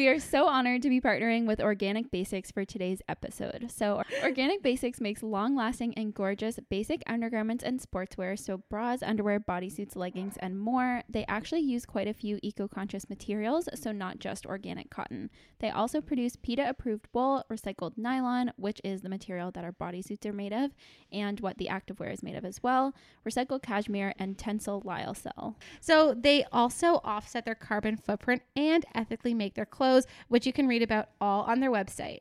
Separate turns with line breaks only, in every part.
We are so honored to be partnering with Organic Basics for today's episode. So, Organic Basics makes long lasting and gorgeous basic undergarments and sportswear, so bras, underwear, bodysuits, leggings, and more. They actually use quite a few eco conscious materials, so not just organic cotton. They also produce PETA approved wool, recycled nylon, which is the material that our bodysuits are made of, and what the activewear is made of as well, recycled cashmere, and tensile lyocell.
So they also offset their carbon footprint and ethically make their clothes, which you can read about all on their website.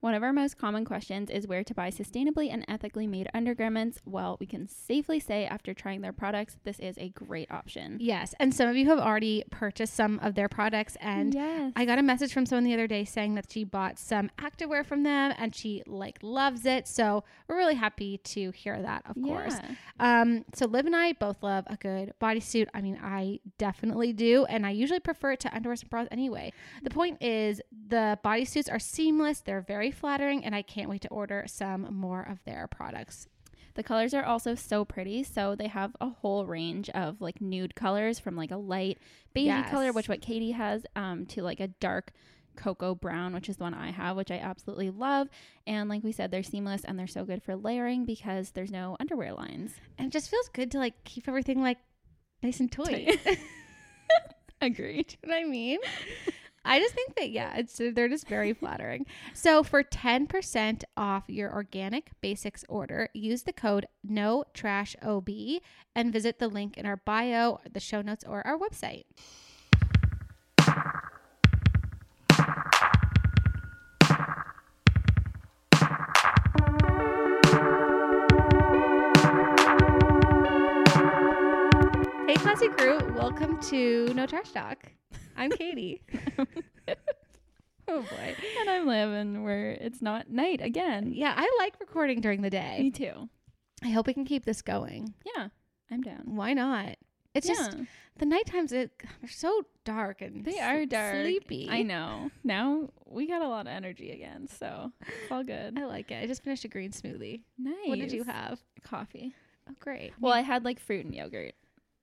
One of our most common questions is where to buy sustainably and ethically made undergarments. Well, we can safely say after trying their products, this is a great option.
Yes, and some of you have already purchased some of their products and
yes.
I got a message from someone the other day saying that she bought some activewear from them and she like loves it. So we're really happy to hear that, of course.
Yeah.
Um, so Liv and I both love a good bodysuit. I mean, I definitely do, and I usually prefer it to underwear and bras anyway. The point is, the bodysuits are seamless, they're very flattering, and I can't wait to order some more of their products.
The colors are also so pretty. So they have a whole range of like nude colors from like a light beigey
Yes.
color, which what Katie has, um, to like a dark cocoa brown, which is the one I have, which I absolutely love. And like we said, they're seamless and they're so good for layering because there's no underwear lines.
And it just feels good to like keep everything like nice and toy.
Tight. Agreed.
what I mean? I just think that yeah, it's they're just very flattering. So for 10% off your organic basics order, use the code no trash ob and visit the link in our bio, the show notes or our website. Hey classy crew, welcome to No Trash Talk. I'm Katie. oh boy.
and I'm living where it's not night again.
Yeah, I like recording during
Me
the day.
too.
I hope we can keep this going.
Yeah, I'm down.
Why not? It's just
Yeah.
the night times it, they're so dark and
they
s-
are dark.
sleepy.
I know. Now we got a lot of energy again, so it's all good.
I like it. I just finished a green smoothie.
Nice.
What did you have?
Coffee.
Oh, great.
Well, I had like fruit and yogurt,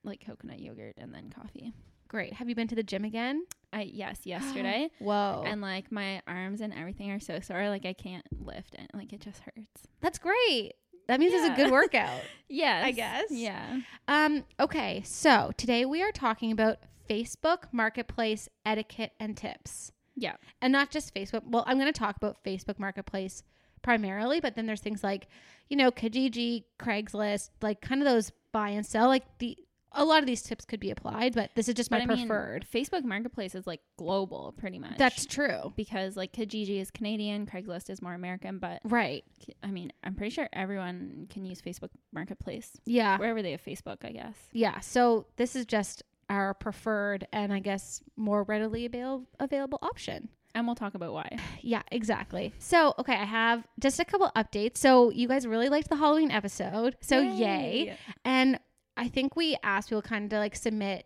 like coconut yogurt, and then coffee.
great. Have you been to the gym again?
I yes, yesterday.
Whoa.
And like my arms and everything are so sore, like I can't lift and like it just hurts.
That's great. That means it's a
Yeah.
good workout.
Yes.
guess.
Yeah.
um, okay, so today we are talking about Facebook marketplace etiquette and tips.
Yeah.
and not just Facebook. Well, I'm going to talk about Facebook Marketplace primarily, but then there's things like, you know, Kijiji, Craigslist, like kind of those buy and sell. Like the a lot of these tips could be applied, but this is just my
But I mean,
preferred.
Facebook Marketplace is like global pretty much.
That's true,
because like Kijiji is Canadian, Craigslist is more American, but
right?
I mean, I'm pretty sure everyone can use Facebook Marketplace
Yeah,
wherever they have Facebook, I guess.
yeah. So this is just our preferred and I guess more readily avail- available option.
And we'll talk about why.
Yeah, exactly. So, okay, I have just a couple updates. So, you guys really liked the Halloween episode. So, yay. And I think we asked people kind of to like submit,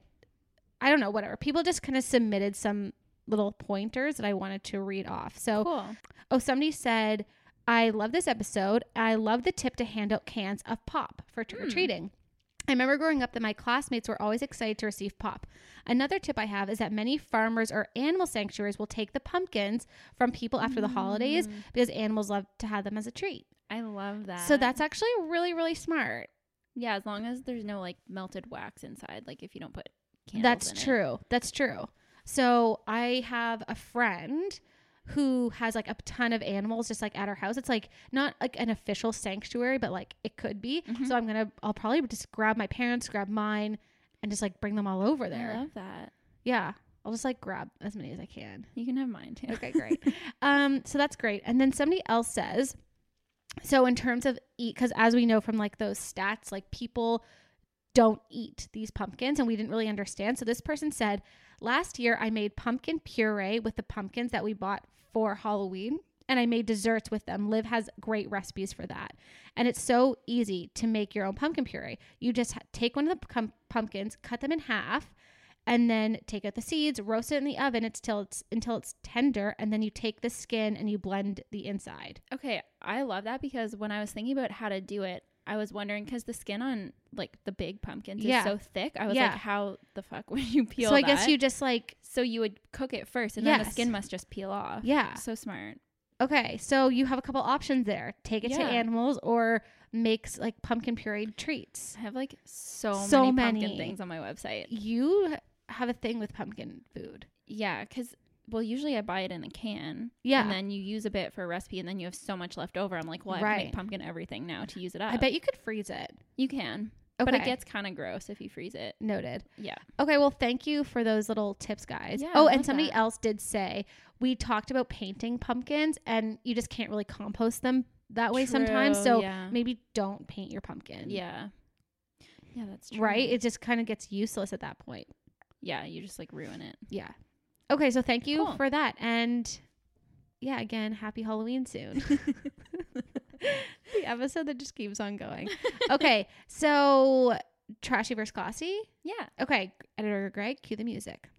I don't know, whatever. People just kind of submitted some little pointers that I wanted to read off. So,
Cool.
oh, somebody said, I love this episode. I love the tip to hand out cans of pop for trick or treating. I remember growing up that my classmates were always excited to receive pop. Another tip I have is that many farmers or animal sanctuaries will take the pumpkins from people after the holidays
Mm.
because animals love to have them as a treat.
Mm-hmm. I love that.
So that's actually really, really smart.
yeah, as long as there's no like melted wax inside, like if you don't put candles
That's
in it.
true. That's true. So I have a friend who has like a ton of animals just like at her house. It's like not like an official sanctuary, but like it could be.
Mm-hmm.
So I'm gonna I'll probably just grab my parents, grab mine, and just like bring them all over there.
I love that.
Yeah. I'll just like grab as many as I can.
You can have mine too.
Okay, great. um, so that's great. And then somebody else says, so in terms of eat, because as we know from like those stats, like people don't eat these pumpkins, and we didn't really understand. So this person said, last year I made pumpkin puree with the pumpkins that we bought for Halloween. And I made desserts with them. Liv has great recipes for that. And it's so easy to make your own pumpkin puree. You just ha- take one of the pum- pumpkins, cut them in half, and then take out the seeds, roast it in the oven it's till it's until it's tender, and then you take the skin and you blend the inside.
Okay, I love that because when I was thinking about how to do it, I was wondering because the skin on like the big pumpkins
Yeah.
is so thick. I was
Yeah.
like, how the fuck would you peel?
so I guess
that?
you just like
So you would cook it first, and then the
Yes.
skin must just peel off.
yeah.
So smart.
Okay, so you have a couple options there. Take it to
Yeah.
animals or makes like pumpkin pureed treats.
I have like so,
So
many,
many.
pumpkin things on my website.
You have a thing with pumpkin food.
Yeah, because well, usually I buy it in a can.
Yeah.
And then you use a bit for a recipe, and then you have so much left over. I'm like, well, I have to
Right.
make pumpkin everything now to use it up.
I bet you could freeze it.
you can,
Okay.
but it gets kind of gross if you freeze it.
noted.
Yeah.
Okay, well, thank you for those little tips, guys.
Yeah, I
oh, and
love
somebody
that.
else did say we talked about painting pumpkins and you just can't really compost them that way sometimes.
True,
So
yeah.
maybe don't paint your pumpkin.
Yeah. Yeah, that's true.
Right? It just kind of gets useless at that point.
yeah, you just like ruin it.
Yeah. Okay, so thank you
Cool.
for that. And yeah, again, happy Halloween soon. the episode that just keeps on going. Okay, so trashy versus classy.
Yeah.
Okay, editor Greg, cue the music.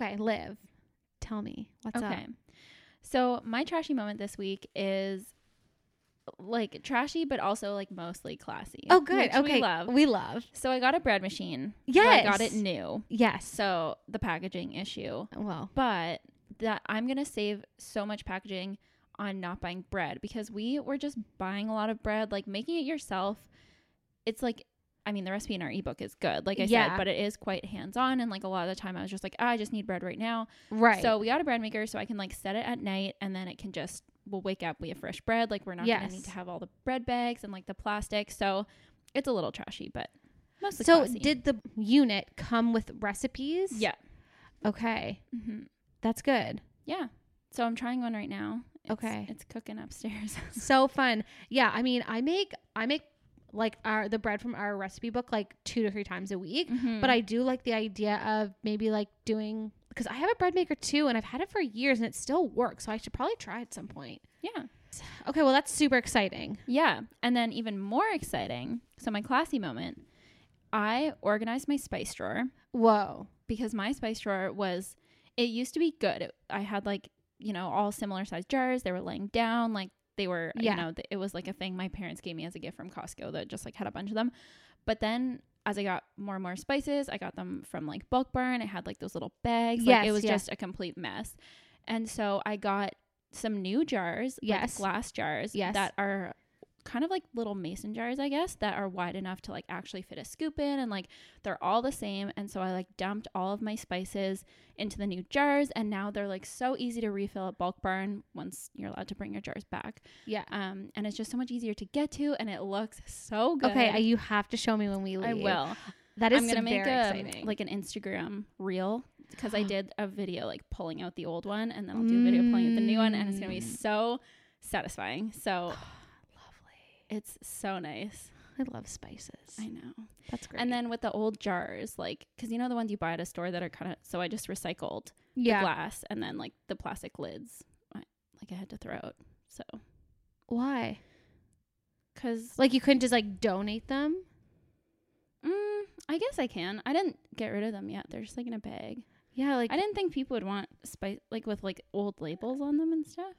Okay, Liv, tell me what's
okay. So my trashy moment this week is like trashy, but also like mostly classy.
up. Oh, good.
which
okay,
We love.
We love.
So I got a bread machine. So
Yes.
I got it new.
Yes.
So the packaging issue.
Well,
But that I'm going to save so much packaging on not buying bread because we were just buying a lot of bread. Like making it yourself, it's like, I mean, the recipe in our ebook is good, like I
Yeah.
said, but it is quite hands on. And like a lot of the time, I was just like, "Ah, I just need bread right now.
right.
So we got a bread maker, so I can like set it at night, and then it can just we'll wake up. We have fresh bread. Like we're not
Yes.
gonna need to have all the bread bags and like the plastic. So it's a little trashy, but mostly.
so
classy.
did the unit come with recipes?
yeah,
Okay,
hmm
that's good.
yeah. So I'm trying one right now. It's-
Okay.
it's cooking upstairs.
so fun. Yeah, I mean, I make I make like our the bread from our recipe book like two to three times a
Mm-hmm.
week. But I do like the idea of maybe like doing because I have a bread maker too, and I've had it for years, and it still works. So I should probably try at some point.
yeah,
Okay, well that's super exciting.
yeah. And then even more exciting. So my classy moment. I organized my spice drawer.
Whoa.
because my spice drawer was it used to be good. It, I had like, you know, all similar sized jars. They were laying down like they were,
Yeah.
you know, th- it was like a thing my parents gave me as a gift from Costco that just like had a bunch of them. But then as I got more and more spices, I got them from like Bulk Barn. It had like those little bags. like
Yes,
it was
yeah.
just a complete mess. And so I got some new jars, like,
Yes.
glass jars
Yes.
that are kind of like little mason jars, I guess, that are wide enough to like actually fit a scoop in and like they're all the same and so i like dumped all of my spices into the new jars and now they're like so easy to refill at bulk barn once you're allowed to bring your jars back
Yeah.
um and it's just so much easier to get to and it looks so good
Okay, I, you have to show me when we leave.
I will.
That is
I'm gonna make
very
a,
exciting.
like an Instagram reel because I did a video like pulling out the old one, and then I'll do a video pulling out the new one, and it's gonna be
Mm.
so satisfying. So
lovely.
it's so nice.
I love spices.
I know.
That's great.
And then with the old jars, like because you know the ones you buy at a store that are kind of so I just recycled the
yeah,
glass and then like the plastic lids I, like i had to throw out so
why?
because
Like you couldn't just like donate them.
mm, i guess i can i didn't get rid of them yet they're just like in a bag
Yeah, like
i didn't think people would want spice like with like old labels on them and stuff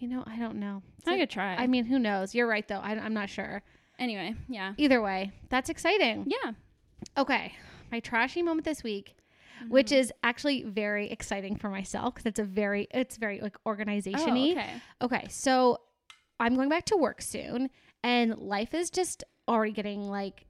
You know, I don't know.
i could try
I mean, who knows? You're right, though. I, I'm not sure.
anyway yeah
Either way, that's exciting.
yeah
Okay, my trashy moment this week, which is actually very exciting for myself because it's a very, it's very like
oh,
organization-y.
okay
Okay, so I'm going back to work soon, and life is just already getting like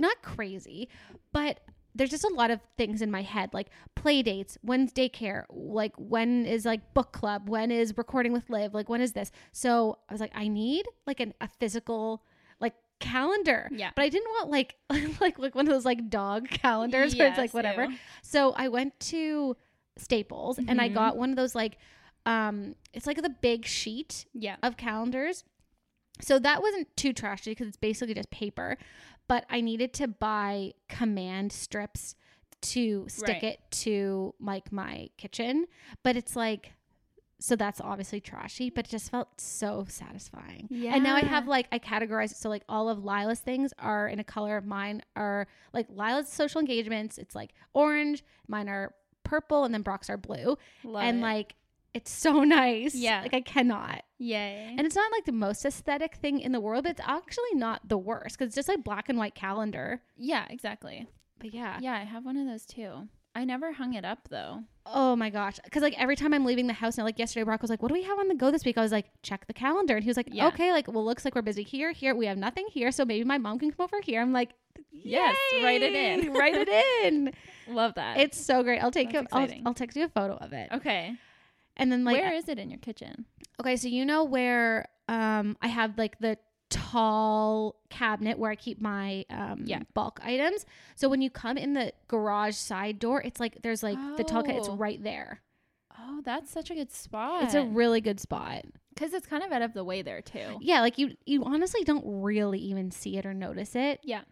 not crazy, but there's just a lot of things in my head like play dates, when's daycare, like when is like book club, when is recording with Liv, like when is this. So I was like, I need like an, a physical like calendar,
Yeah.
but I didn't want like like like one of those like dog calendars where it's like
Yes,
whatever.
ew.
So I went to Staples and I
Mhm.
got one of those like um it's like the big sheet
yeah
of calendars. So that wasn't too trashy because it's basically just paper, but I needed to buy command strips to stick
Right.
it to like my kitchen, but it's like So that's obviously trashy, but it just felt so satisfying. And now I have
Yeah.
like I categorize it so like all of Lila's things are in a color. Mine are like Lila's social engagements. It's like orange. Mine are purple, and then Brock's are blue.
Love
and
it.
like it's so nice.
Yeah.
Like I cannot.
yay.
And it's not like the most aesthetic thing in the world, but it's actually not the worst because it's just like black and white calendar.
yeah, exactly.
But yeah.
Yeah, I have one of those too. I never hung it up though.
Oh my gosh. Because like every time I'm leaving the house now, like yesterday, Brock was like, What do we have on the go this week? I was like, Check the calendar. And he was like,
Yeah.
Okay, like, well, looks like we're busy here, here. We have nothing here. So maybe my mom can come over here. I'm like,
Yes, write it in.
yay, write it in.
Love that.
It's so great. I'll take
That's
you, I'll,
exciting.
I'll text you a photo of it.
okay.
And then, like, uh
Where is it in your kitchen?
Okay, so you know where um I have like the tall cabinet where I keep my um
Yeah.
bulk items. So when you come in the garage side door, it's like there's like the tall cabinet it's
Oh.
right there.
Oh, that's such a good spot.
It's a really good spot.
because it's kind of out of the way there too.
Yeah, like you you honestly don't really even see it or notice it.
Yeah.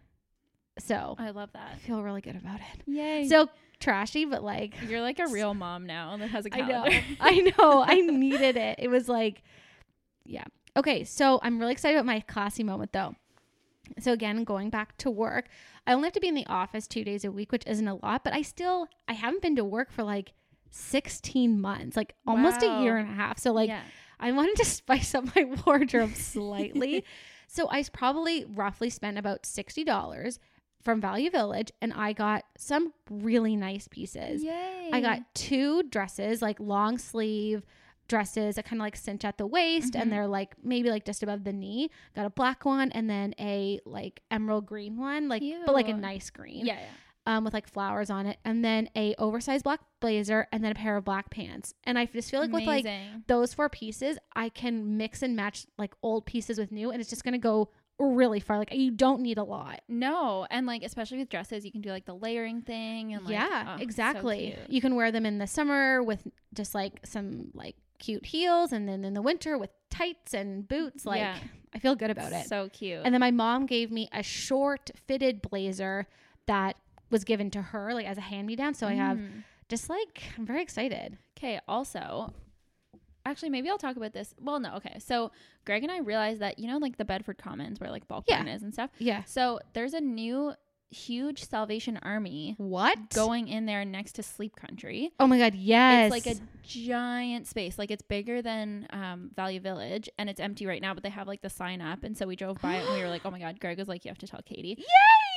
So
I love
I
that.
feel really good about it.
Yay. So
So trashy, but like
you're like a real mom now that has a
I know.
calendar.
I know. I needed it. It was like, yeah. Okay. So I'm really excited about my classy moment though. So again, going back to work, I only have to be in the office two days a week, which isn't a lot, but I still, I haven't been to work for like 16 months, like almost
Wow.
a year and a half. So like
yeah.
I wanted to spice up my wardrobe slightly. so I s- probably roughly spent about $60 from Value Village and I got some really nice pieces.
Yay.
I got two dresses, like long sleeve dresses that kind of like cinch at the waist
Mhm.
and they're like maybe like just above the knee. Got a black one and then a like emerald green one, like but like a
Cute.
nice green.
yeah, yeah.
Um with like flowers on it and then a oversized black blazer and then a pair of black pants. And I just feel like with like
Amazing.
those four pieces, I can mix and match like old pieces with new and it's just going to go really far. Like you don't need a lot.
No, and like especially with dresses, you can do like the layering thing and like oh,
yeah,
so
exactly.
cute.
you can wear them in the summer with just like some like cute heels, and then in the winter with tights and boots. Like
Yeah.
I feel good about it.
So cute.
and then my mom gave me a short fitted blazer that was given to her like as a hand me down. So I
Mm.
have
Mm-hmm.
just like I'm very excited.
Okay, also, actually, maybe I'll talk about this. Well, no, okay. So, Greg and I realized that, you know, like the Bedford Commons where like Balkan is and stuff.
Yeah.
So, there's a new huge Salvation Army
What?
going in there next to Sleep Country.
Oh my god! Yes.
It's like a giant space. Like, it's bigger than um, Value Village and it's empty right now, but they have like the sign up. And so, we drove by it and we were like, oh my God, Greg was like, you have to tell Katie.
Yay!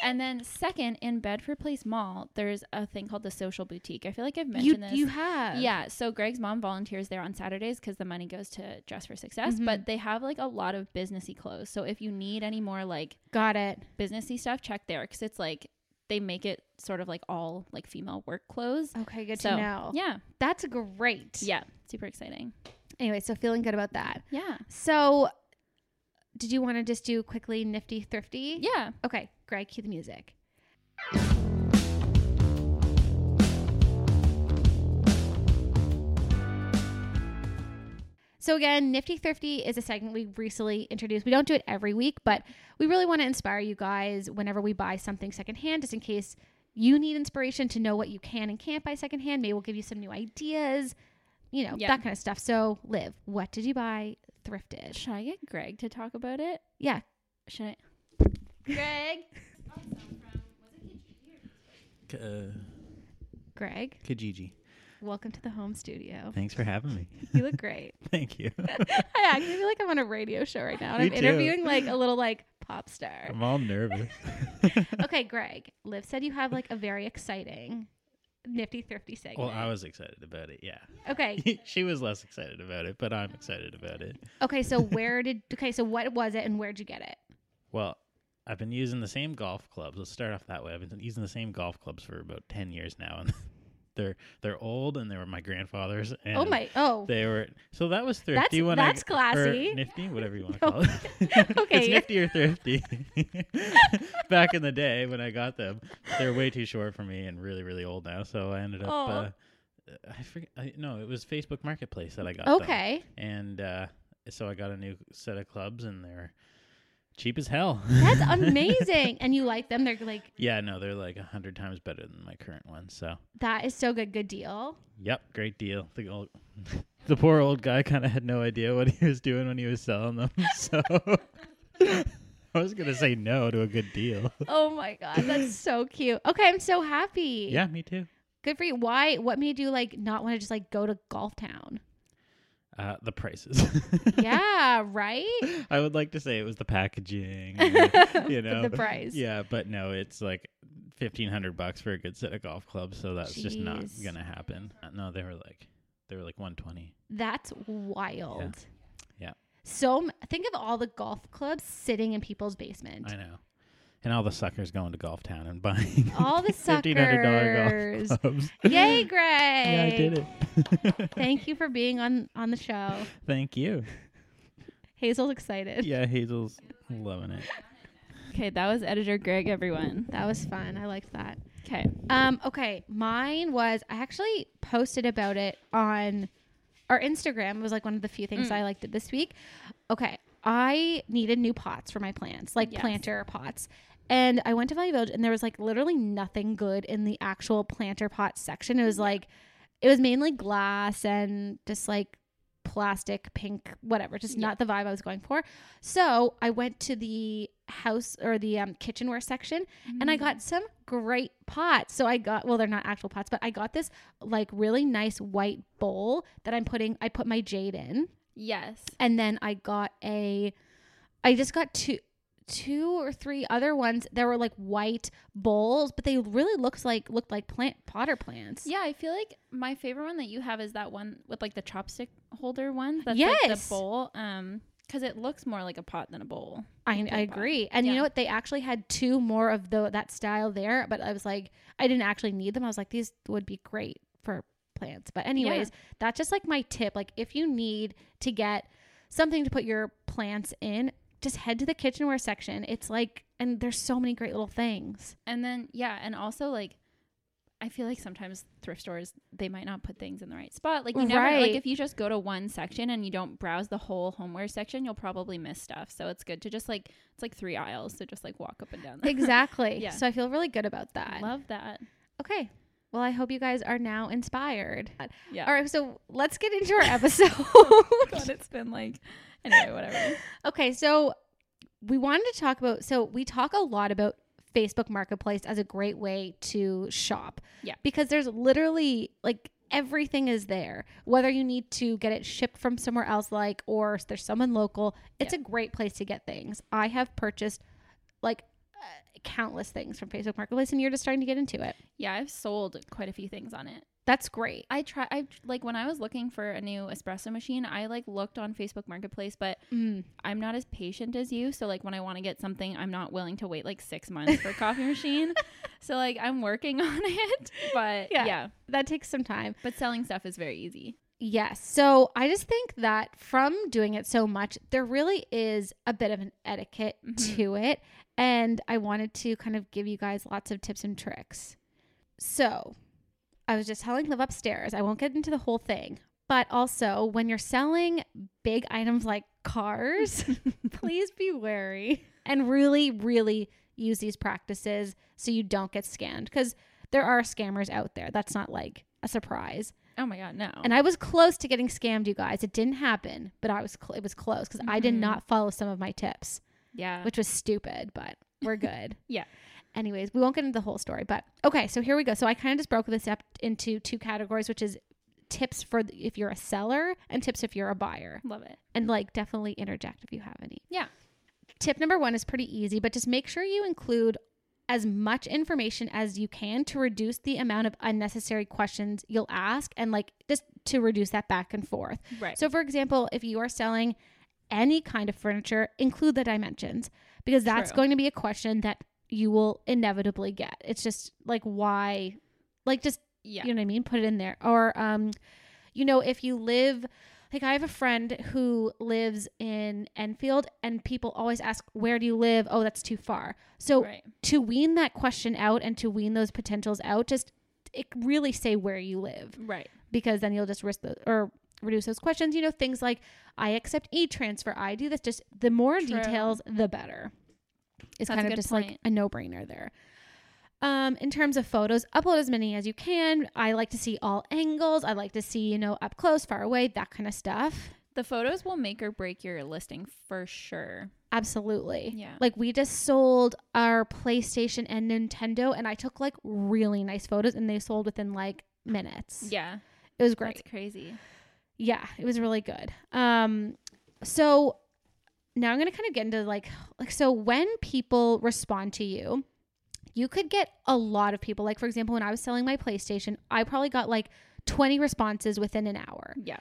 And then, second, in Bedford Place Mall, there's a thing called the Social Boutique. I feel like I've
you
mentioned this.
you have
Yeah, so Greg's mom volunteers there on Saturdays because the money goes to Dress for Success, but they have like a lot of businessy clothes. So if you need any more like
got it.
businessy stuff, check there because it's like they make it sort of like all like female work clothes.
Okay, good
so
to know.
yeah,
That's great.
yeah, super exciting.
Anyway, so feeling good about that.
Yeah,
So, did you want to just do quickly nifty thrifty?
yeah.
Okay, Greg, cue the music. So again, Nifty Thrifty is a segment we recently introduced. We don't do it every week, but we really want to inspire you guys whenever we buy something secondhand, just in case you need inspiration to know what you can and can't buy secondhand. Maybe we'll give you some new ideas, you know,
Yeah.
that kind of stuff. So, Liv, what did you buy thrifted?
Should I get Greg to talk about it?
Yeah,
Should I?
Greg.
K- uh,
Greg.
Kijiji.
Welcome to the home studio.
Thanks for having me.
You look great.
Thank you.
I actually feel like I'm on a radio show right now, and
Me
I'm
too.
interviewing like a little like pop star.
I'm all nervous.
Okay, Greg. Liv said you have like a very exciting, nifty thrifty segment.
well, I was excited about it. Yeah.
okay.
she was less excited about it, but I'm excited about it.
Okay, so where did? Okay, so what was it, and where'd you get it?
Well, I've been using the same golf clubs. Let's start off that way. I've been using the same golf clubs for about 10 years now and they're they're old and they were my grandfather's and
oh my! Oh,
they were so that was thrifty
That's-
when
that's
I, or
classy.
nifty whatever you want to
No.
call it it's
Okay.
nifty or thrifty back in the day when I got them they're way too short for me and really really old now so I ended up
Aw.
uh, I forget I, no it was Facebook Marketplace that I got them.
okay.
and uh, so I got a new set of clubs and they're cheap as hell
That's amazing, and you like them? They're like
yeah, no, they're like a hundred times better than my current one. So,
that is so good. Good deal.
yep, great deal. The old the poor old guy kind of had no idea what he was doing when he was selling them. So I was gonna say no to a good deal.
Oh my god, that's so cute. Okay, I'm so happy.
Yeah, me too.
Good for you. Why what made you like not want to just like go to Golf Town?
Uh, the prices.
yeah, right?
I would like to say it was the packaging.
But
you know
the price.
Yeah, but no, it's like fifteen hundred bucks for a good set of golf clubs, so that's just not
Jeez.
gonna happen. Uh, No, they were like they were like one twenty.
That's wild.
Yeah.
So m- think of all the golf clubs sitting in people's basement.
I know. And all the suckers going to Golf Town and buying
All the
fifteen hundred dollar
suckers.
golf clubs.
Yay, Greg.
Yeah, I did it.
Thank you for being on on the show.
Thank you.
Hazel's excited.
Yeah, Hazel's loving it.
Okay, that was editor Greg, everyone.
That was fun. I liked that.
Okay.
Um, okay, mine was I actually posted about it on our Instagram. It was like one of the few things
Mm.
I liked it this week. Okay, I needed new pots for my plants, like
Yes.
planter pots. And I went to Value Village and there was like literally nothing good in the actual planter pot section. It was like it was mainly glass and just like plastic pink whatever just
Yeah.
not the vibe i was going for so i went to the house or the um, kitchenware section and I
Mm-hmm.
got some great pots. So I got well, they're not actual pots, but I got this like really nice white bowl that I'm putting. I put my jade in,
Yes.
and then I got a. I just got two, two or three other ones that were like white bowls, but they really looked like looked like plant potter plants.
Yeah, I feel like my favorite one that you have is that one with like the chopstick holder one. That's like
Yes.
the bowl. Um, because it looks more like a pot than a bowl.
I, I
pot.
agree. And you
Yeah.
know what? They actually had two more of the that style there, but I was like, I didn't actually need them. I was like, these would be great for plants. But anyways, that's just like my tip. Like if you need to get something to put your plants in, just head to the kitchenware section. It's like and there's so many great little things.
And then yeah, and also like I feel like sometimes thrift stores they might not put things in the right spot. Like you never
Right.
like if you just go to one section and you don't browse the whole homeware section, you'll probably miss stuff. So it's good to just like it's like three aisles, so just like walk up and down. them.
Exactly.
Yeah.
So I feel really good about that.
Love that.
okay. Well, I hope you guys are now inspired.
Yeah.
All right, so let's get into our episode.
God, it's been like anyway, whatever.
Okay, so we wanted to talk about so we talk a lot about Facebook Marketplace as a great way to shop.
Yeah.
Because there's literally like everything is there. Whether you need to get it shipped from somewhere else like or there's someone local, it's a great place to get things. I have purchased like uh, countless things from Facebook Marketplace and you're just starting to get into it.
Yeah, I've sold quite a few things on it.
That's great.
I try I like when I was looking for a new espresso machine, I like looked on Facebook Marketplace, but
Mm.
I'm not as patient as you. So like when I want to get something, I'm not willing to wait like 6 months for a coffee machine. So like I'm working on it, but
Yeah.
yeah.
That takes some time.
but selling stuff is very easy.
Yes. So I just think that from doing it so much, there really is a bit of an etiquette
Mhm.
to it. And I wanted to kind of give you guys lots of tips and tricks. So I was just telling Liv upstairs, I won't get into the whole thing, but also when you're selling big items like cars, please be wary and really, really use these practices so you don't get scammed because there are scammers out there. That's not like a surprise.
Oh my god, no.
And I was close to getting scammed, you guys. It didn't happen, but I was cl- it was close because I did
Mhm.
not follow some of my tips,
yeah.
which was stupid, but we're good.
Yeah.
Anyways, we won't get into the whole story, but okay, so here we go. So I kind of just broke this up into two categories, which is tips for th- if you're a seller and tips if you're a buyer.
Love it.
And like definitely interject if you have any.
Yeah.
Tip number 1 is pretty easy, but just make sure you include as much information as you can to reduce the amount of unnecessary questions you'll ask and like just to reduce that back and forth.
Right.
So, for example, if you are selling any kind of furniture, include the dimensions because that's
True.
going to be a question that you will inevitably get. It's just like, why? Like, just,
yeah.
you know what I mean? Put it in there. Or, um, you know, if you live, like, I have a friend who lives in Enfield and people always ask, where do you live? Oh, that's too far. So,
right.
to wean that question out and to wean those potentials out, just it, really say where you live
Right.
because then you'll just risk the, or reduce those questions. You know, things like I accept e transfer, I do this. Just the more
True.
details, the better. It's
That's a
kind of
good
just like
point.
a no brainer there. Um, in terms of photos, upload as many as you can. I like to see all angles. I like to see, you know, up close, far away, that kind of stuff.
The photos will make or break your listing for sure.
Absolutely.
Yeah.
Like we just sold our PlayStation and Nintendo and I took like really nice photos and they sold within like minutes.
Yeah.
It was great.
That's crazy.
yeah, it was really good. Um so now I'm going to kind of get into like like so when people respond to you, you could get a lot of people. Like for example, when I was selling my PlayStation, I probably got like 20 responses within an hour
Yeah.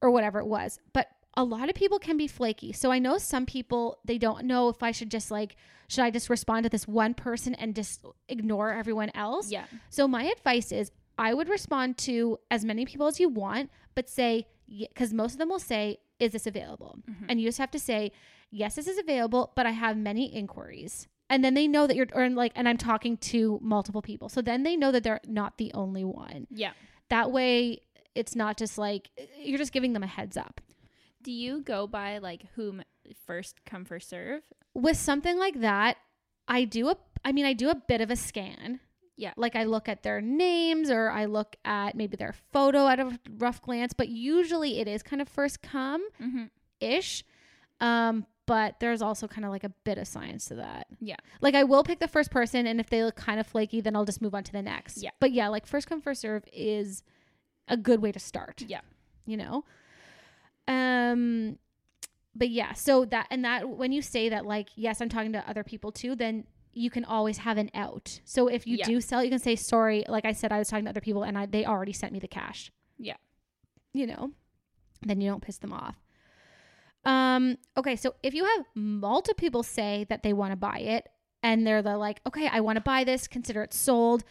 or whatever it was. But a lot of people can be flaky. So I know some people they don't know if I should just like should I just respond to this one person and just ignore everyone else?
Yeah.
So my advice is I would respond to as many people as you want, but say because most of them will say, "Is this available?"
Mm-hmm.
And you just have to say, "Yes, this is available, but I have many inquiries." And then they know that you're or like, and I'm talking to multiple people, so then they know that they're not the only one.
Yeah.
That way, it's not just like you're just giving them a heads up.
Do you go by like whom first come first serve?
with something like that, I do a I mean I do a bit of a scan.
Yeah.
Like I look at their names or I look at maybe their photo at a rough glance, but usually it is kind of first come
Mm-hmm.
ish. Um but there's also kind of like a bit of science to that.
Yeah.
Like I will pick the first person and if they look kind of flaky, then I'll just move on to the next.
Yeah.
But yeah, like first come first serve is a good way to start
Yeah.
you know um but yeah so that and that when you say that like yes i'm talking to other people too then you can always have an out so if you
Yeah.
do sell you can say sorry like i said i was talking to other people and I, they already sent me the cash
Yeah.
you know then you don't piss them off um okay so if you have multiple people say that they want to buy it and they're the like okay i want to buy this consider it sold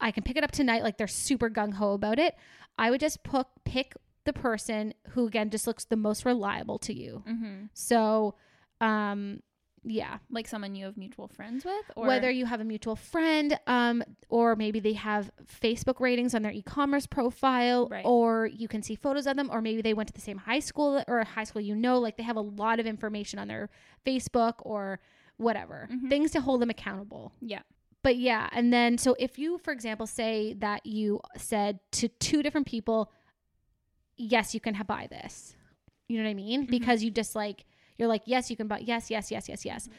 i can pick it up tonight like they're super gung-ho about it i would just pick pick the person who again just looks the most reliable to you.
Mm-hmm.
So, um, yeah,
Like someone you have mutual friends with, or
whether you have a mutual friend, um, or maybe they have Facebook ratings on their e-commerce profile,
Right.
or you can see photos of them, or maybe they went to the same high school or a high school you know, like they have a lot of information on their Facebook or whatever
Mhm.
things to hold them accountable.
Yeah.
But yeah, and then so if you, for example, say that you said to two different people, yes, you can ha- buy this. You know what I mean?
Mhm.
Because you just like you're like yes, you can buy yes, yes, yes, yes, yes.
Mm-hmm.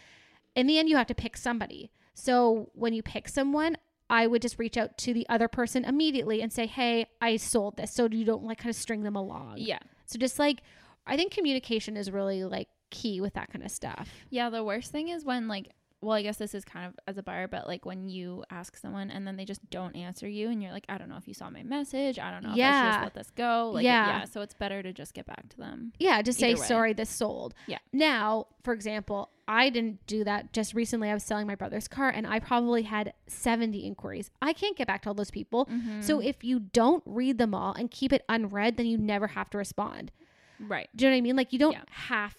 In the end, you have to pick somebody. So when you pick someone, I would just reach out to the other person immediately and say, hey, I sold this, so you don't like kind of string them along.
yeah,
So just like, I think communication is really like key with that kind of stuff.
yeah. The worst thing is when like, well, I guess this is kind of as a buyer, but like when you ask someone and then they just don't answer you, and you're like, I don't know if you saw my message. I don't know. if I should
Yeah.
just let this go. Like,
Yeah.
yeah. So it's better to just get back to them.
Yeah, just say
Either way.
sorry. This sold.
Yeah.
Now, for example, I didn't do that. Just recently, I was selling my brother's car, and I probably had seventy inquiries. I can't get back to all those people. So
Mm.
if you don't read them all and keep it unread, then you never have to respond.
right,
Do you know what I mean? Like you don't
Yeah.
have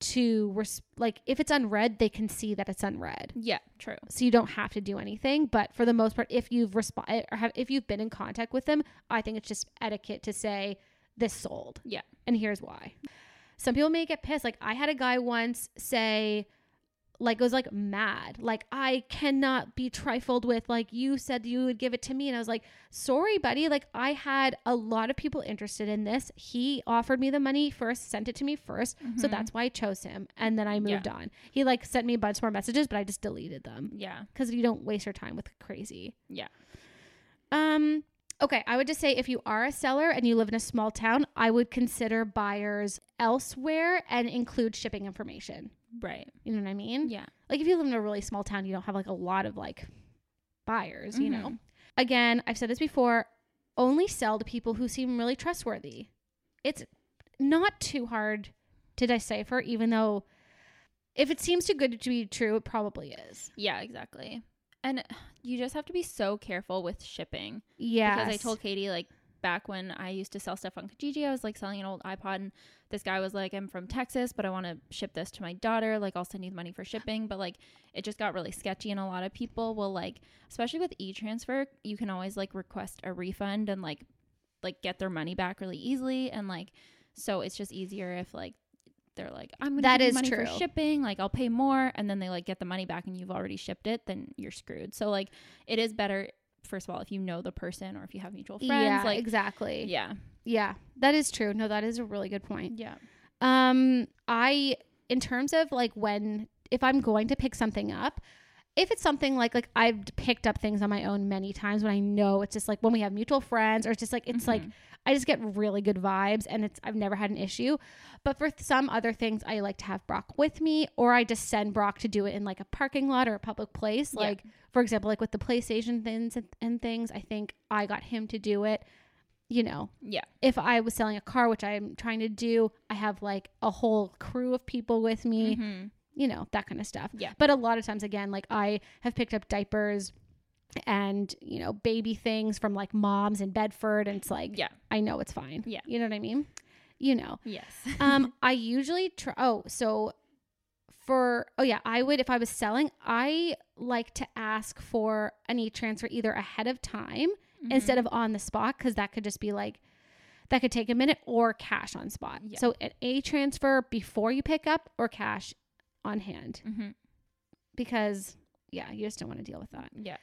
to res- like if it's unread, they can see that it's unread.
yeah, true.
So you don't have to do anything. But for the most part, if you've responded or have if you've been in contact with them, I think it's just etiquette to say this sold.
Yeah.
And here's why. Some people may get pissed. Like I had a guy once say like was like mad. Like I cannot be trifled with. Like you said you would give it to me and I was like, "Sorry, buddy. Like I had a lot of people interested in this. He offered me the money first, sent it to me 1st So
Mhm.
that's why I chose him and then I moved on. He like sent me a bunch more messages, but I just deleted them
Yeah,
because you don't waste your time with crazy.
Yeah.
Um. Okay, I would just say if you are a seller and you live in a small town, I would consider buyers elsewhere and include shipping information.
right.
You know what I mean?
Yeah,
Like if you live in a really small town, you don't have like a lot of like buyers. You
Mm-hmm.
know. Again, I've said this before. Only sell to people who seem really trustworthy. It's not too hard to decipher, even though if it seems too good to be true, it probably is.
yeah, exactly. And you just have to be so careful with shipping.
Yeah.
Because I told Katie, like, back when I used to sell stuff on Kijiji, I was like selling an old iPod, and this guy was like, I'm from Texas, but I want to ship this to my daughter. Like, I'll send you the money for shipping. But, like, it just got really sketchy, and a lot of people will, like, especially with e transfer, you can always, like, request a refund and, like, like get their money back really easily and like so it's just easier if like they're like, I'm gonna
That
give you
is
money for
true.
shipping, like I'll pay more, and then they like get the money back and you've already shipped it, then you're screwed. So like it is better, first of all, if you know the person or if you have mutual friends.
yeah,
like
exactly. Yeah.
yeah.
that is true. No, that is a really good point.
Yeah.
Um, I in terms of like when if I'm going to pick something up, if it's something like like I've picked up things on my own many times when I know it's just like when we have mutual friends or it's just like it's like I just get really good vibes and it's I've never had an issue. But for some other things, I like to have Brock with me or I just send Brock to do it in like a parking lot or a public place.
Yeah.
Like for example, like with the PlayStation things and, and things, I think I got him to do it. You know,
Yeah.
if I was selling a car, which I'm trying to do, I have like a whole crew of people with me,
Mhm.
you know, that kind of stuff.
Yeah.
But a lot of times, again, like I have picked up diapers and, you know, baby things from like moms in Bedford. And it's like,
Yeah.
I know it's fine.
Yeah.
You know what I mean? You know.
Yes.
Um, I usually try. Oh, so for oh yeah, I would if I was selling, I like to ask for an e-transfer either ahead of time
Mm-hmm.
instead of on the spot because that could just be like that could take a minute or cash on spot.
Yeah.
So an a transfer before you pick up or cash on hand
hmm
because yeah, you just don't want to deal with that.
Yeah.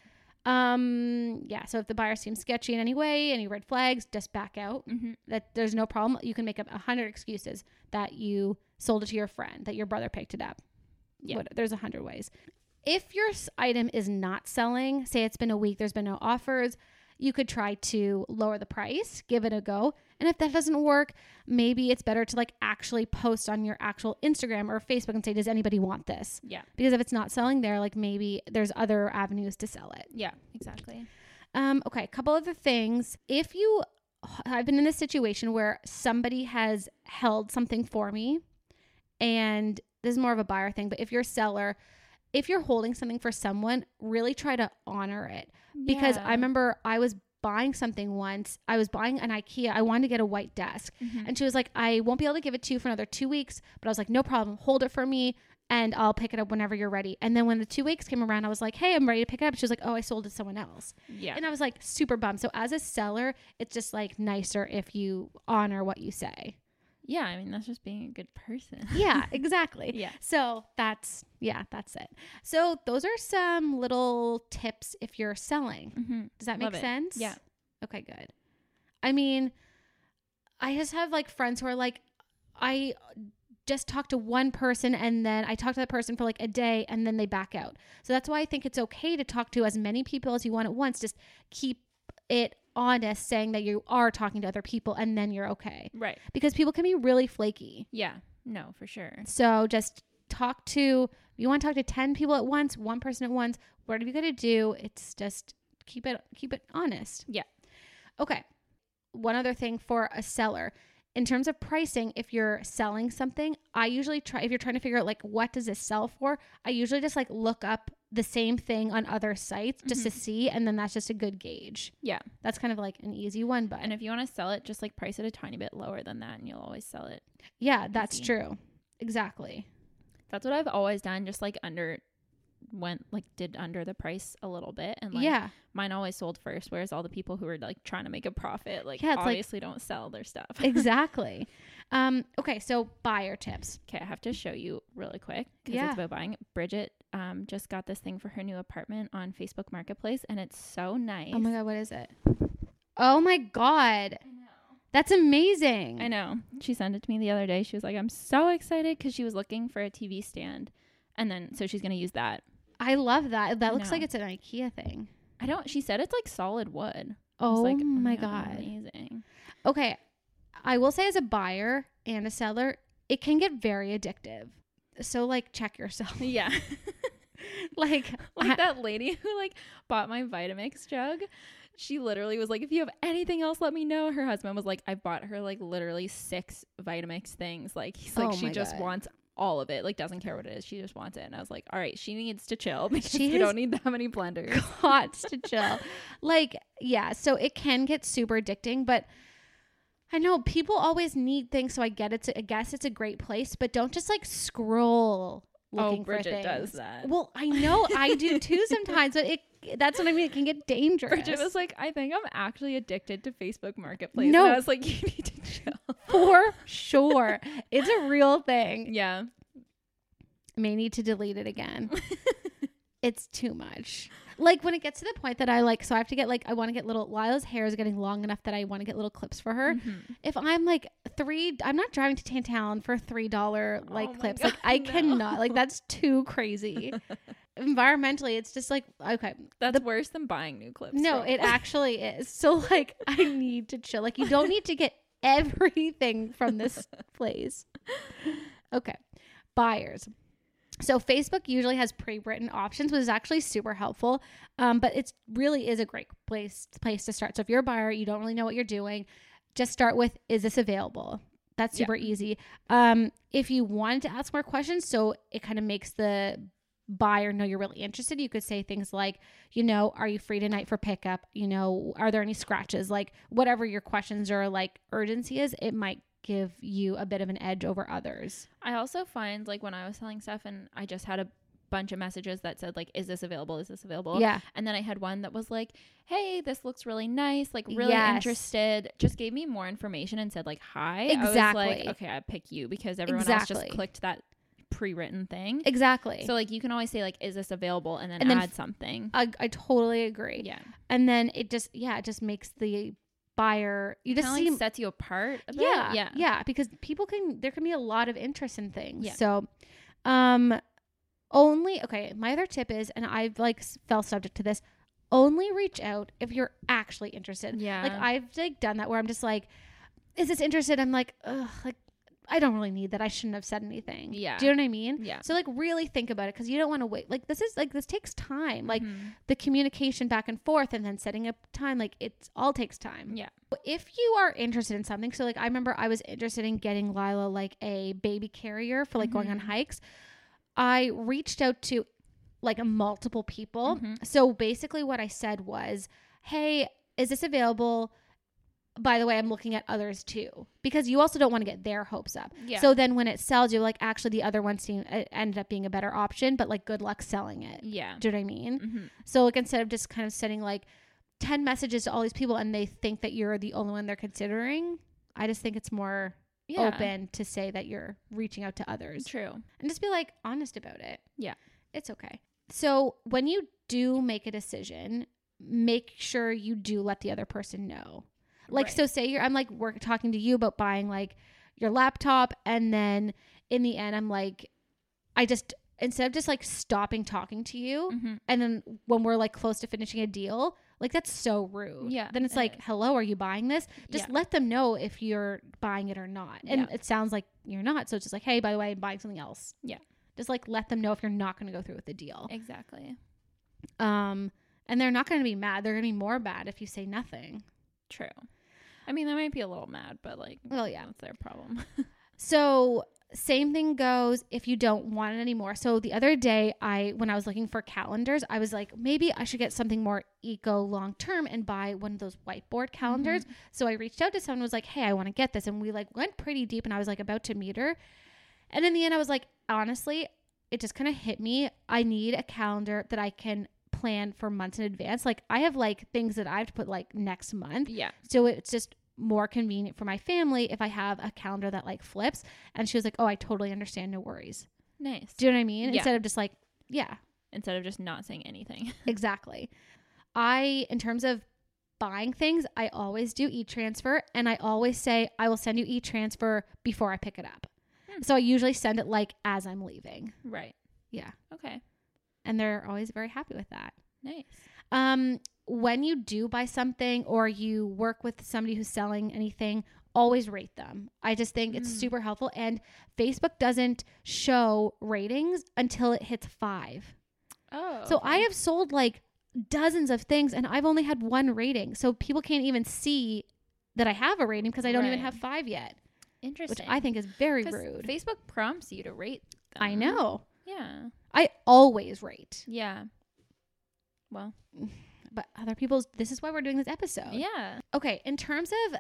Um yeah, so if the buyer seems sketchy in any way, any red flags, just back out
hmm
that there's no problem. You can make up a hundred excuses that you sold it to your friend, that your brother picked it up.
Yeah.
What, there's a hundred ways. If your s- item is not selling, say it's been a week, there's been no offers, you could try to lower the price, give it a go. And if that doesn't work, maybe it's better to like actually post on your actual Instagram or Facebook and say, does anybody want this?
Yeah.
Because if it's not selling there, like maybe there's other avenues to sell it.
Yeah. Exactly.
Um, okay, a couple other things. If you, I've been in this situation where somebody has held something for me, and this is more of a buyer thing, but if you're a seller, if you're holding something for someone, really try to honor it. Because I remember I was buying something once, I was buying an IKEA, I wanted to get a white desk. And she was like, I won't be able to give it to you for another two weeks. But I was like, no problem. Hold it for me and I'll pick it up whenever you're ready. And then when the two weeks came around, I was like, hey, I'm ready to pick it up. She was like, oh, I sold it to someone else.
yeah.
And I was like super bummed. So as a seller, it's just like nicer if you honor what you say.
yeah. I mean, that's just being a good person.
Yeah, exactly.
Yeah.
So that's yeah, that's it. So those are some little tips if you're selling.
hmm
Does that
Love
make
it.
sense?
Yeah.
Okay, good. I mean, I just have like friends who are like, I just talked to one person and then I talked to that person for like a day and then they back out. So that's why I think it's okay to talk to as many people as you want at once. Just keep it honest, saying that you are talking to other people and then you're okay.
Right.
Because people can be really flaky.
Yeah. No, for sure.
So just talk to you want to talk to 10 people at once, one person at once. What are you going to do? It's just keep it keep it honest.
Yeah.
Okay. One other thing for a seller. In terms of pricing, if you're selling something, I usually try if you're trying to figure out like what does this sell for, I usually just like look up the same thing on other sites just to see and then that's just a good gauge.
Mm-hmm. Yeah.
That's kind of like an easy one, but
And if you want to sell it, just like price it a tiny bit lower than that, and you'll always sell it.
yeah, that's
easy.
true. Exactly.
That's what I've always done. Just like under went like did under the price a little bit, and like
yeah.
mine always sold first. Whereas all the people who were like trying to make a profit, like
Yeah, it's like-
obviously don't sell their stuff.
exactly. Um, okay, so buyer tips.
Okay, I have to show you really quick because
Yeah.
it's about buying. Bridget um, just got this thing for her new apartment on Facebook Marketplace, and it's so nice.
Oh my god, what is it? Oh my god,
I know.
that's amazing.
I know. She sent it to me the other day. She was like, I'm so excited because she was looking for a TV stand. And then, so she's going to use that.
I love that. That
I
looks like
know.
it's an IKEA thing.
I don't, she said it's like solid wood. I was
Oh
like,
my
that's
god.
Amazing.
Okay, I will say as a buyer and a seller, it can get very addictive. So like, check yourself.
Yeah.
like,
like
I-
that lady who like bought my Vitamix jug. She literally was like, if you have anything else, let me know. Her husband was like, I bought her like literally six Vitamix things. Like, he's like,
Oh
she
my
just
God.
wants all of it. Like, doesn't care what it is. She just wants it. And I was like, all right, she needs to chill because
She
we
has
don't need that many blenders.
Pots to chill. like, yeah, so it can get super addicting, but I know people always need things, so I get it. I guess it's a great place, but don't just like scroll looking
oh, Bridget
for
does
things.
that.
Well, I know I do too sometimes, but it that's what I mean. It can get dangerous.
Bridget was like, I think I'm actually addicted to Facebook Marketplace.
No.
And I was like, you need to chill.
for sure. It's a real thing.
Yeah.
May need to delete it again. it's too much. Like when it gets to the point that I like, so I have to get like, I want to get little. Lila's hair is getting long enough that I want to get little clips for her.
Mhm.
If I'm like three, I'm not driving to Tantown for three dollar like
Oh my
clips.
God,
like I
no.
cannot. Like that's too crazy. Environmentally, it's just like okay,
That's
The-
worse than buying new clips.
no,
probably.
it actually is. So like I need to chill. Like you don't need to get everything from this place. Okay. Buyers. So Facebook usually has pre-written options, which is actually super helpful. Um, but it's really is a great place place to start. So if you're a buyer, you don't really know what you're doing, just start with is this available? That's
Yeah.
super easy. Um, if you wanted to ask more questions, so it kind of makes the buyer know you're really interested, you could say things like, you know, are you free tonight for pickup? You know, are there any scratches? Like whatever your questions or like urgency is, it might give you a bit of an edge over others.
I also find like when I was selling stuff and I just had a bunch of messages that said like, is this available? Is this available?
yeah.
And then I had one that was like, hey, this looks really nice. Like really
Yes.
interested. Just gave me more information and said like, hi. I was like,
Exactly.
okay, I pick you because everyone else
Exactly.
just clicked that pre-written thing.
Exactly.
So like you can always say like, is this available? And then,
And then
add
f-
something.
I, I totally agree.
yeah.
And then it just yeah, it just makes the buyer you
It
just seem
sets you apart. a bit.
yeah,
Yeah.
yeah. Yeah. Because people can there can be a lot of interest in things.
Yeah.
So um only okay, my other tip is and I've like s- fell subject to this, only reach out if you're actually interested.
Yeah.
Like I've like done that where I'm just like, is this interested? I'm like, ugh, like I don't really need that. I shouldn't have said anything.
Yeah.
Do you know what I mean?
Yeah.
So like really think about it because you don't want to wait. Like this is like this takes time. Like
Mhm.
the communication back and forth and then setting up time. Like it's all takes time.
Yeah.
If you are interested in something, so like I remember I was interested in getting Lila like a baby carrier for like going on
Mhm.
hikes. I reached out to like multiple people.
Mhm.
So basically, what I said was, "Hey, is this available?" By the way, I'm looking at others too because you also don't want to get their hopes up.
Yeah.
So then, when it sells, you're like, actually, the other one seemed it ended up being a better option, but like, good luck selling it.
yeah.
Do you know what I mean?
hmm
So like, instead of just kind of sending like ten messages to all these people and they think that you're the only one they're considering, I just think it's more
Yeah.
open to say that you're reaching out to others
True.
and just be like honest about it.
Yeah.
It's okay. So when you do make a decision, make sure you do let the other person know. Like
Right.
so say you're I'm like work talking to you about buying like your laptop and then in the end I'm like I just instead of just like stopping talking to you
Mhm.
and then when we're like close to finishing a deal, like that's so rude.
Yeah,
Then it's
it
like,
is.
hello, are you buying this? Just
Yeah.
let them know if you're buying it or not. And
Yeah.
it sounds like you're not. So it's just like, hey, by the way, I'm buying something else.
Yeah.
Just like let them know if you're not going to go through with the deal.
Exactly.
Um, and they're not going to be mad. They're going to be more mad if you say nothing.
True. I mean, they might be a little mad, but like,
Well, yeah.
that's their problem.
So same thing goes if you don't want it anymore. So the other day I when I was looking for calendars, I was like, maybe I should get something more eco long term and buy one of those whiteboard calendars. So I reached out to someone who was like, "Hey, I want to get this." And we like went pretty deep and I was like about to meet her. And in the end I was like, honestly, it just kind of hit me. I need a calendar that I can plan for months in advance. Like I have like things that I have to put like next month.
yeah.
So it's just more convenient for my family if I have a calendar that like flips. And she was like, Oh, I totally understand. No worries.
Nice.
Do you know what I mean?
Yeah.
Instead of just like, Yeah,
Instead of just not saying anything.
exactly. I, in terms of buying things, I always do e transfer and I always say, I will send you e transfer before I pick it up.
Hmm.
So I usually send it like as I'm leaving.
right.
Yeah.
Okay.
And they're always very happy with that.
Nice.
Um, when you do buy something or you work with somebody who's selling anything, always rate them. I just think it's
Mm.
super helpful. And Facebook doesn't show ratings until it hits five.
Oh.
So I have sold like dozens of things and I've only had one rating. So people can't even see that I have a rating because I don't even
Right.
have five yet, which
interesting.
I think is very
'Cause uh-huh.
rude.
Facebook prompts you to rate. Them.
I know.
Yeah.
I always rate,
Yeah. Well.
but other people's, this is why we're doing this episode.
Yeah.
okay in terms of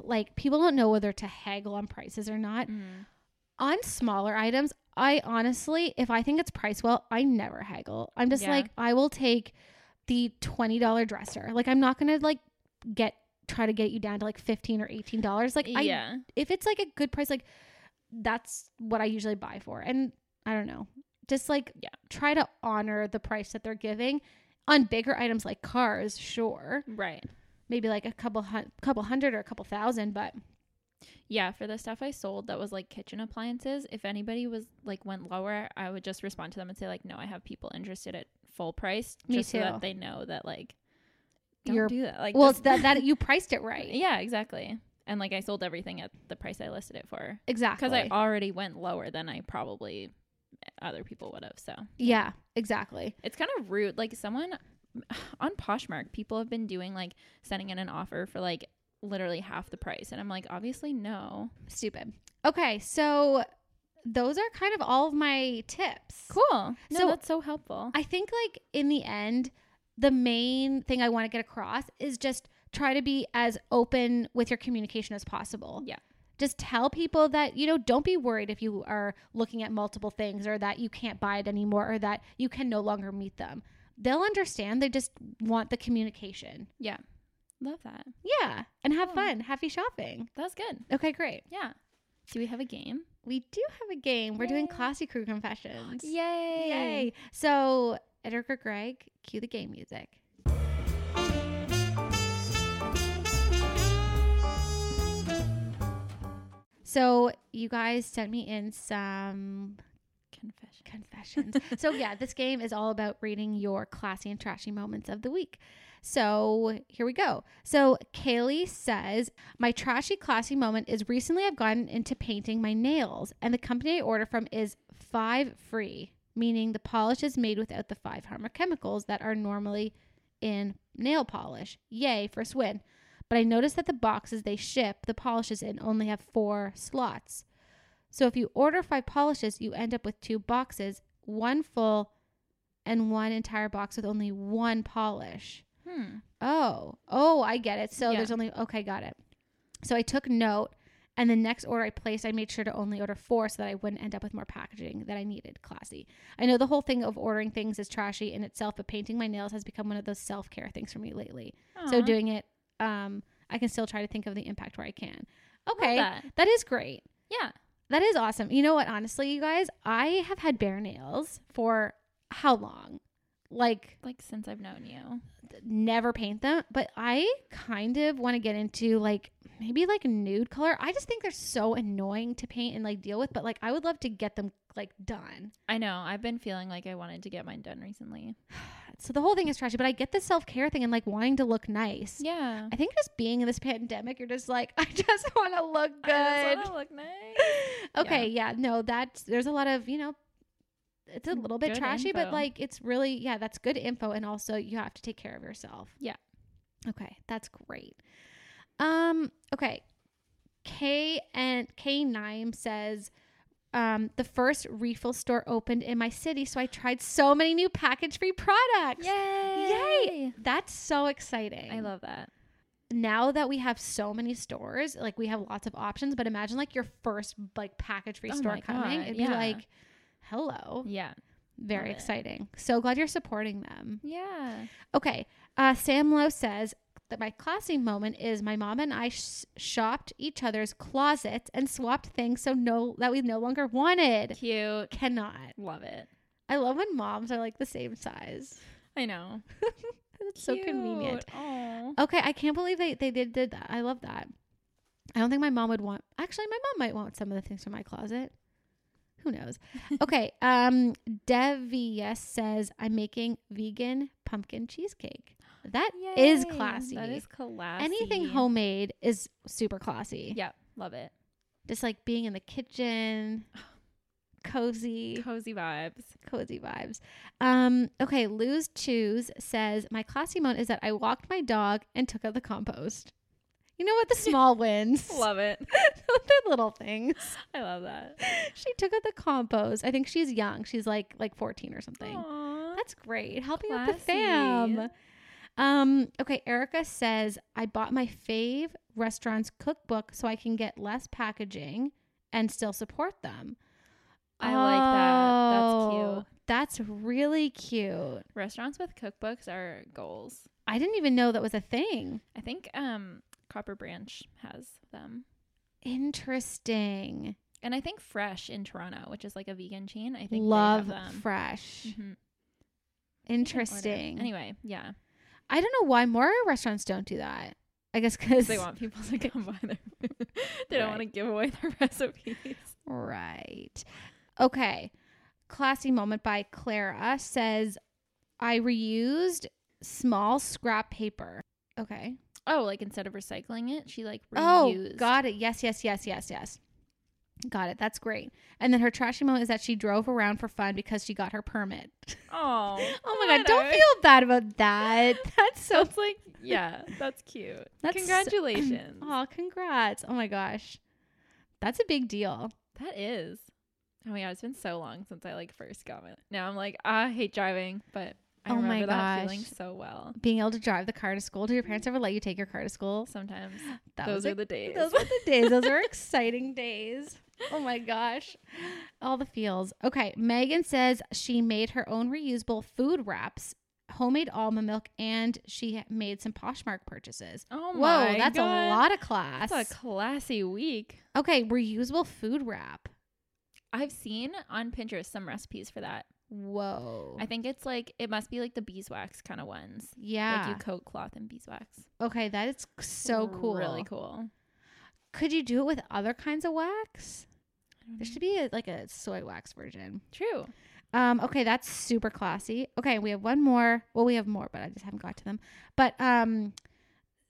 like people don't know whether to haggle on prices or not
Mm.
on smaller items i honestly if i think it's priced well i never haggle i'm just
Yeah.
like i will take the $20 dresser. Like I'm not going to like get try to get you down to like 15 or 18 dollars. Like I
yeah.
if it's like a good price like that's what I usually buy for. And I don't know. Just like
Yeah.
try to honor the price that they're giving on bigger items like cars, sure.
Right.
Maybe like a couple hun- couple hundred or a couple thousand, but
Yeah, for the stuff I sold that was like kitchen appliances, if anybody was like went lower, I would just respond to them and say like, "No, I have people interested at full price."
Me
just so
too.
that they know that like don't
You're-
do that. Like
well,
just-
it's that that you priced it right.
Yeah, exactly. And like I sold everything at the price I listed it for
Exactly.
cuz I already went lower than I probably other people would have. So,
yeah, exactly.
it's kind of rude. Like someone on Poshmark, people have been doing like sending in an offer for like literally half the price and I'm like, "Obviously no."
Stupid. Okay, so those are kind of all of my tips.
Cool. No,
So-
that's so helpful.
I think like in the end, the main thing I want to get across is just try to be as open with your communication as possible.
Yeah.
Just tell people that, you know, don't be worried if you are looking at multiple things or that you can't buy it anymore or that you can no longer meet them. They'll understand. They just want the communication.
Love that.
Yeah. And have
Cool.
fun. Happy shopping.
That was good.
Okay, great.
Yeah. Do we have a game?
We do have a game. We're doing
Yay.
Classy Crew Confessions.
Yay.
Yay. So, Edgar Greg, cue the game music. So, you guys sent me in some
Confession.
confessions. so, yeah, this game is all about reading your classy and trashy moments of the week. So, here we go. So, Kaylee says, My trashy, classy moment is recently I've gotten into painting my nails, and the company I order from is five free, meaning the polish is made without the five harmful chemicals that are normally in nail polish. Yay, first win. But I noticed that the boxes they ship the polishes in only have four slots. So if you order five polishes, you end up with two boxes, one full and one entire box with only one polish.
Hmm.
Oh, oh, I get it. So
Yeah.
there's only, okay, got it. So I took note, and the next order I placed, I made sure to only order four so that I wouldn't end up with more packaging that I needed. Classy. I know the whole thing of ordering things is trashy in itself, but painting my nails has become one of those self care things for me lately. So
Aw,
doing it, um, I can still try to think of the impact where I can.
love
Okay,
that.
that is great.
Yeah.
That is awesome. You know what? Honestly, you guys, I have had bare nails for how long? Like,
Like since I've known you.
never paint them, but I kind of want to get into like maybe like nude color. I just think they're so annoying to paint and like deal with, but like I would love to get them like done.
I know. I've been feeling like I wanted to get mine done recently.
So the whole thing is trashy, but I get the self care thing and like wanting to look nice.
Yeah.
I think just being in this pandemic, you're just like, I just want to look good.
I just wanna look nice.
okay, yeah. no, that's there's a lot of you know, it's a little bit
Good
trashy, but
info.
like it's really yeah, that's good info, and also you have to take care of yourself.
Yeah.
Okay, that's great. Um. Okay. K and K Nime says. Um, the first refill store opened in my city, so I tried so many new package free products.
Yay.
That's so exciting.
I love that.
now that we have so many stores, like we have lots of options, but imagine like your first like package free
Oh
store
my
coming.
God,
It'd be
yeah.
like, hello.
Yeah.
Very
love it.
exciting. So glad you're supporting them.
Yeah.
Okay. Uh, Sam Lowe says that my classy moment is my mom and I sh- shopped each other's closets and swapped things so no that we no longer wanted.
Cute.
Cannot.
Love it.
I love when moms are like the same size.
I know.
It's so convenient.
Oh.
Okay, I can't believe they, they did, did that. I love that. I don't think my mom would want actually my mom might want some of the things from my closet. Who knows? Okay. Um Devies says I'm making vegan pumpkin cheesecake. That is classy.
That is classy.
Anything homemade is super classy.
Yeah. Love it.
Just like being in the kitchen, cozy
Cozy vibes.
cozy vibes. Um, okay, Lose Choose says my classy moment is that I walked my dog and took out the compost. You know what? The small wins,
Love it.
the little things.
I love that.
She took out the compost. I think she's young. She's like like fourteen or something.
Aw.
That's great. Helping out the
Classy.
fam. Um, okay, Erica says I bought my fave restaurant's cookbook so I can get less packaging and still support them.
I like that.
Oh,
That's cute.
That's really cute.
Restaurants with cookbooks are goals.
I didn't even know that was a thing.
I think um Copper Branch has them.
Interesting.
And I think Fresh in Toronto, which is like a vegan chain, I think
Love
they have them.
fresh.
Mhm.
Interesting.
Anyway, yeah,
I don't know why more restaurants don't do that. I guess because
they want people to come buy their food. they don't want to give away their recipes.
Right. Okay. Classy moment by Clara says, I reused small scrap paper. Okay.
Oh, like instead of recycling it, she like
Oh,
reused.
got it. Yes, yes, yes, yes, yes. Got it. That's great. And then her trashy moment is that she drove around for fun because she got her permit.
Oh,
Oh my God. Don't feel bad about that. That's so.
That's like yeah, that's cute.
That's so-
Congratulations.
Oh, congrats. Oh my gosh. That's a big deal.
That is. Oh my god, it's been so long since I like first got it. Now I'm like, I hate driving, but I
Oh my
remember that
gosh.
feeling so well.
Being able to drive the car to school. Do your parents ever let you take your car to school?
Sometimes
That
those
was a
are the days.
Those were the days. Those were exciting days. Oh my gosh. All the feels. Okay. Megan says she made her own reusable food wraps, homemade almond milk, and she made some Poshmark purchases.
oh my
Whoa, that's
god.
a lot of class.
That's a classy week.
okay, reusable food wrap.
I've seen on Pinterest some recipes for that.
Whoa.
I think it's like it must be like the beeswax kind of ones. Like
yeah.
you coat cloth and beeswax.
okay, that is so cool.
Really cool.
Could you do it with other kinds of wax?
I don't
There
know.
should be a, like a soy wax version.
True.
Um, okay, that's super classy. Okay, we have one more. Well, we have more, but I just haven't got to them. But um,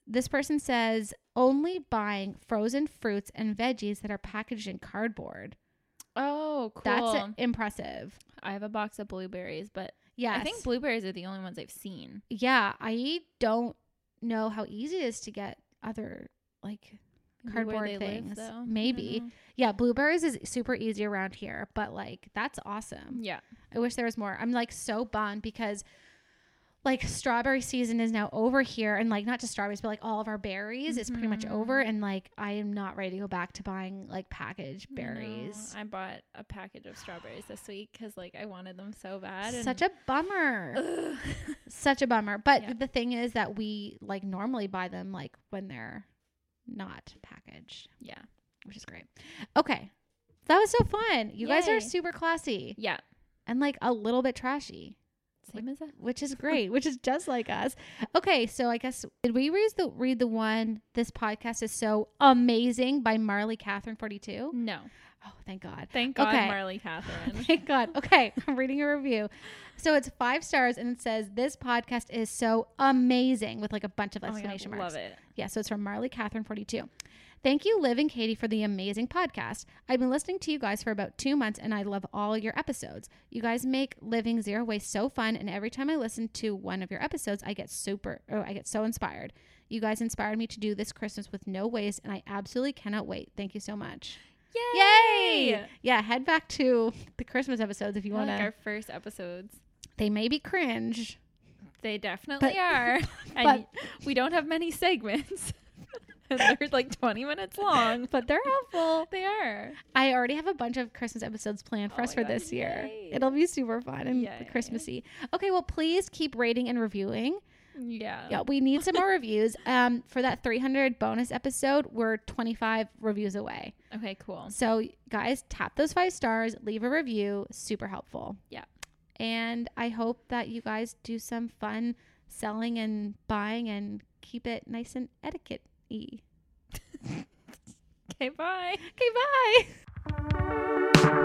this person says only buying frozen fruits and veggies that are packaged in cardboard.
Oh, cool.
That's uh, impressive.
I have a box of blueberries, but
Yeah,
I think blueberries are the only ones I've seen.
yeah, I don't know how easy it is to get other like
Maybe where
cardboard
they live,
things.
though. Mm-hmm. I don't
Maybe.
know.
Yeah, blueberries is super easy around here, but like that's awesome.
Yeah.
I wish there was more. I'm like so bummed because like strawberry season is now over here and like not just strawberries but like all of our berries is pretty much
Mhm.
over and like I am not ready to go back to buying like packaged berries.
I, know. I bought a package of strawberries this week because like I wanted them so bad. And
Such a bummer.
Ugh.
Such a bummer. But
Yeah.
the thing is that we like normally buy them like when they're not packaged,
yeah,
which is great. Okay. That was so fun. You guys
Yay.
are super classy
yeah.
and like a little bit trashy.
Same as that.
which is great, which is just like us. Okay, so I guess did we read the read the one this podcast is so amazing by Marley Catherine 42?
No,
Oh, thank God.
thank God,
Okay.
Marley Catherine.
Thank God. Okay, I'm reading a review. So it's five stars and it says this podcast is so amazing with like a bunch of
oh my God,
exclamation marks.
love it.
Yeah, so it's from Marley Catherine 42. Thank you, Liv and Katie, for the amazing podcast. I've been listening to you guys for about two months and I love all your episodes. You guys make living zero waste so fun, and every time I listen to one of your episodes, I get super oh, I get so inspired. You guys inspired me to do this Christmas with no waste, and I absolutely cannot wait. Thank you so much.
Yay!
Yeah, head back to the Christmas episodes if you
I
want
like
to.
our first episodes.
They may be cringe.
They definitely are, and we don't have many segments. and they're like 20 minutes long, but they're helpful. They are.
I already have a bunch of Christmas episodes planned for
Oh
us for
my God,
this year.
yay.
It'll be super fun and
Yeah, yeah, yeah.
Christmassy. Okay, well, please keep rating and reviewing.
Yeah.
Yeah, we need some more reviews. Um, for that 300 bonus episode, we're 25 reviews away.
Okay. Cool.
So, guys, tap those five stars, leave a review. Super helpful.
Yeah.
And I hope that you guys do some fun selling and buying and keep it nice and etiquette y.
Okay. Bye.
Okay, bye.